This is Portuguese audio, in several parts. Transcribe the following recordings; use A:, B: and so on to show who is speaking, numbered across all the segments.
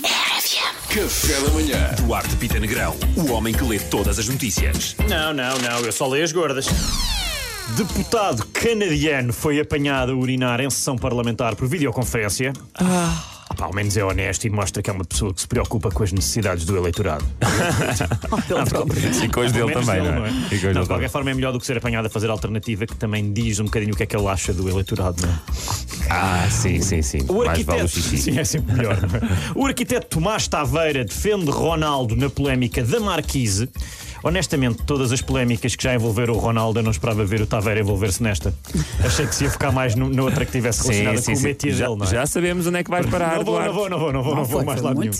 A: FM.
B: Café da manhã.
C: Duarte Pita Negrão, o homem que lê todas as notícias.
D: Não, não, não, eu só leio as gordas. Deputado canadiano foi apanhado a urinar em sessão parlamentar por videoconferência. Ah, pá, ao menos é honesto e mostra que é uma pessoa que se preocupa com as necessidades do eleitorado.
C: Ah, E com os dele
D: Pelo menos
C: tá- também,
D: dele,
C: não é? E com os
D: Não,
C: dele
D: de qualquer
C: também.
D: forma é melhor do que ser apanhado a fazer alternativa, que também diz um bocadinho o que é que ele acha do eleitorado, não é?
C: Ah, sim, sim, sim.
D: O
C: Mais
D: arquiteto.
C: vale o xixi.
D: Sim, é sempre melhor. não é? o arquiteto Tomás Taveira defende Ronaldo na polémica da Marquise. Honestamente, todas as polémicas que já envolveram o Ronaldo, eu não esperava ver o Taveira envolver-se nesta. Achei que se ia focar mais no- noutra que tivesse relacionada com o métier
C: Já,
D: dele, não é?
C: já sabemos onde é que vais parar,
D: Não vou,
C: Duarte.
D: não vou, não vou, não vou, não vou mais lá nenhum.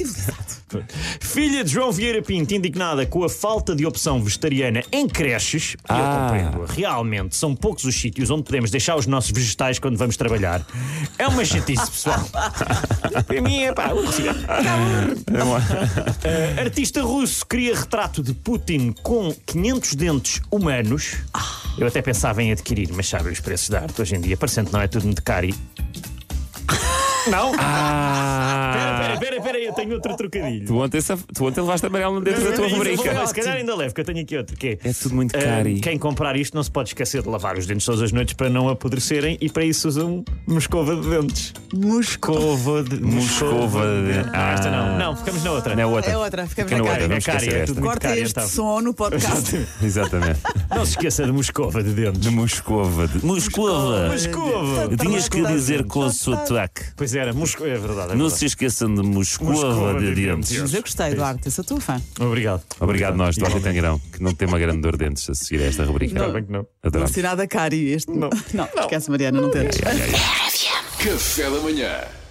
D: Filha de João Vieira Pinto, indignada com a falta de opção vegetariana em creches, e
C: Ah.
D: eu compreendo, realmente são poucos os sítios onde podemos deixar os nossos vegetais quando vamos trabalhar. É uma chatice, pessoal. Para mim é pá, um cigarro.
C: É
D: Ah, Artista russo cria retrato de Putin com 500 dentes humanos.
C: Ah.
D: Eu até pensava em adquirir, mas sabem os preços da arte hoje em dia, parecendo que não é tudo muito caro e. Não?
C: Ah,
D: Pera, pera, pera, eu tenho outro trocadilho.
C: tu ontem, saf- tu ontem levaste amarelo dentro da tua
D: Mas eu vou-
C: rubrica.
D: Se calhar ainda levo, que eu tenho aqui outro. Que
C: É tudo muito
D: ah,
C: caro e-
D: Quem comprar isto não se pode esquecer de lavar os dentes todas as noites para não apodrecerem e para isso usam moscova de dentes. Moscova de.
C: Moscova de-
D: Ah, esta
C: Ah.
D: não. Não, ficamos na outra.
C: Não é outra.
E: É outra, ficamos
C: Fica
E: na
C: na
E: cara.
C: outra, vamos
D: É cara,
C: esquecer
D: é
C: esta.
D: tudo.
E: Corta
D: Cara,
E: este
C: então.
D: tá.
E: som no podcast.
C: Exatamente.
D: Não se esqueça de moscova de dentes.
C: De Moscova. de- Moscova.
D: Moscova!
C: Tinhas que dizer com o sotaque.
D: Pois era, Moscova. É verdade. É
C: Não
D: verdade.
C: se esqueçam de Moscova
D: Moscova
C: de
D: de
C: dentes.
D: dentes.
E: Mas eu gostei, Duarte, eu sou tua fã.
D: Obrigado.
C: Obrigado, nós, Duarte Tangrão, que não tem uma grande dor de dentes a seguir a esta rubrica.
D: Ainda bem que não.
C: Adoramos.
E: Não da Cari este. Não, esquece, Mariana, não tens.
B: Café da manhã.